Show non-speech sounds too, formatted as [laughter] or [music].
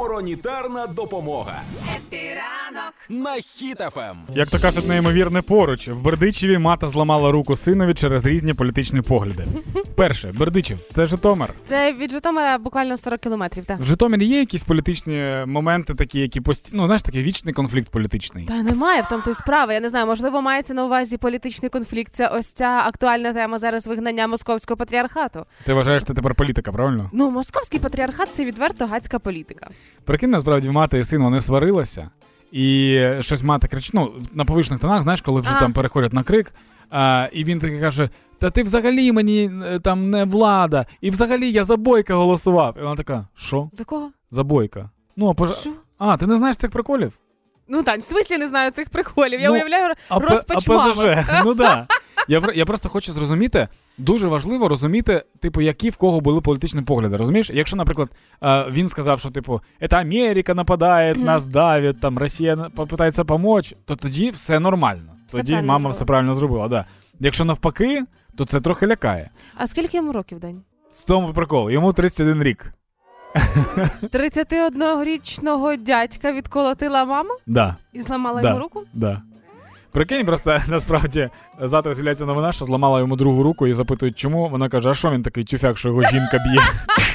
Гуморонітарна допомога Піранок. на Ем. Хіт-ФМ. Як то кажуть, неймовірне поруч. В Бердичеві мати зламала руку синові через різні політичні погляди. Перше, Бердичів, це Житомир. Це від Житомира буквально 40 кілометрів, так. В Житомирі є якісь політичні моменти, такі, які постійно, ну, знаєш, такий вічний конфлікт політичний. Та немає в тому то й справи. Я не знаю, можливо, мається на увазі політичний конфлікт. Це ось ця актуальна тема зараз вигнання московського патріархату. Ти вважаєш, це тепер політика, правильно? Ну, московський патріархат це відверто гадська політика. Прикинь, насправді мати і син вони сварилися, і щось мати кричить, ну, на повишних тонах, знаєш, коли вже А. там переходять на крик. А, і він таки каже: Та ти взагалі мені е, там не влада, і взагалі я за бойка голосував. І вона така: Що? За кого? За бойка? Ну, а пож... Що? А, ти не знаєш цих приколів? Ну так, в смислі не знаю цих приколів. Я Ну, уявляю А П- розпач а мами. ПЗЖ. Ну да. Я, про- я просто хочу зрозуміти, дуже важливо розуміти, типу, які в кого були політичні погляди. Розумієш? Якщо, наприклад, е, він сказав, що типу, «Это Америка нападає, нас давить, там Росія на- попитається помочь, то тоді все нормально. Все тоді правильно мама зробила. все правильно зробила. Да. Якщо навпаки, то це трохи лякає. А скільки йому років день? В цьому прикол, йому 31 рік. 31-річного дядька відколотила мама Да. і зламала Да. йому руку. Да. Прикинь, просто [laughs] насправді завтра з'являється новина, що зламала йому другу руку і запитують, чому. Вона каже, а що він такий тюфяк, що його жінка б'є.